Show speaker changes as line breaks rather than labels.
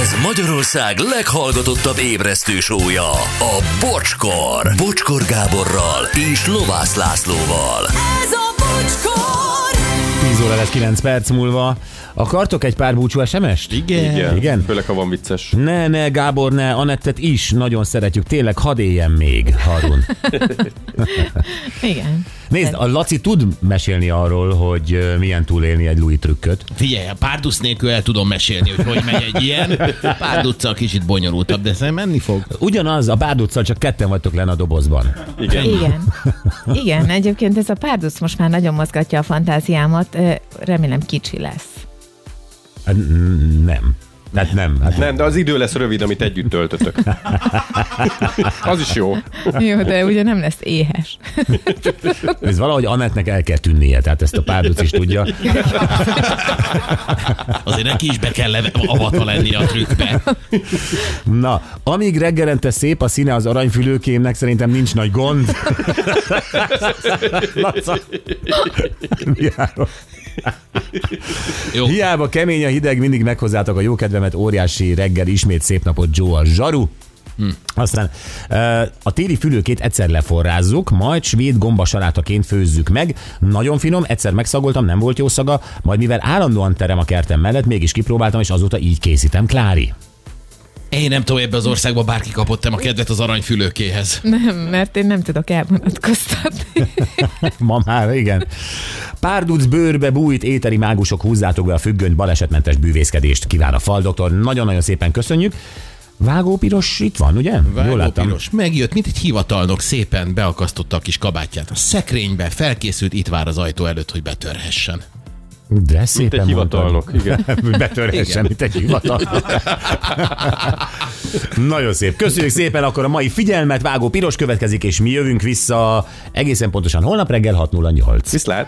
Ez Magyarország leghallgatottabb ébresztő sója, a Bocskor. Bocskor Gáborral és Lovász Lászlóval.
Ez a bocskor!
10 óra lesz 9 perc múlva. Akartok egy pár búcsú SMS-t? Igen.
Igen.
Igen.
Főleg, ha van vicces.
Ne, ne, Gábor, ne, Anettet is nagyon szeretjük. Tényleg, hadd éljen még, Harun.
Igen.
Nézd, a Laci tud mesélni arról, hogy ö, milyen túlélni egy Louis trükköt.
Figyelj, a párduc nélkül el tudom mesélni, hogy hogy megy egy ilyen. Párduccal kicsit bonyolultabb, de szerintem menni fog.
Ugyanaz, a Bárd utcán csak ketten vagytok len a dobozban.
Igen.
Igen. Igen, egyébként ez a párduc most már nagyon mozgatja a fantáziámat. Ö, Remélem kicsi lesz.
Hát, mm, Nem. Tehát nem. Hát
Nem, de az idő lesz rövid, amit együtt töltötök. Az is jó.
Jó, de ugye nem lesz éhes.
Ez valahogy Anetnek el kell tűnnie, tehát ezt a párduc is tudja.
Azért neki is be kell leve, avatva lenni a trükkbe.
Na, amíg reggelente szép a színe az aranyfülőkémnek, szerintem nincs nagy gond. szóval- Laca. Hiába,
Jó.
hiába kemény a hideg, mindig meghozzátok a jó kedvemet, óriási reggel, ismét szép napot Joe a zsaru.
Hm.
Aztán ö, a téli fülőkét egyszer leforrázzuk, majd svéd gombasalátaként főzzük meg. Nagyon finom, egyszer megszagoltam, nem volt jó szaga, majd mivel állandóan terem a kertem mellett, mégis kipróbáltam, és azóta így készítem, Klári.
Én nem tudom, ebbe az országba bárki kapott a kedvet az aranyfülőkéhez.
Nem, mert én nem tudok elvonatkoztatni.
Ma már, igen. Párduc bőrbe bújt éteri mágusok, húzzátok be a függönyt, balesetmentes bűvészkedést kíván a fal, doktor. Nagyon-nagyon szépen köszönjük. Vágópiros itt van, ugye? Jól
Vágó
láttam.
piros. Megjött, mint egy hivatalnok, szépen beakasztotta a kis kabátját a szekrénybe, felkészült, itt vár az ajtó előtt, hogy betörhessen.
De
Mint
szépen
egy
mondtad.
hivatalnok. Igen.
Betörhessen, mint egy hivatalnok. Nagyon szép. Köszönjük szépen akkor a mai figyelmet. Vágó Piros következik, és mi jövünk vissza egészen pontosan holnap reggel 6.08.
Viszlát.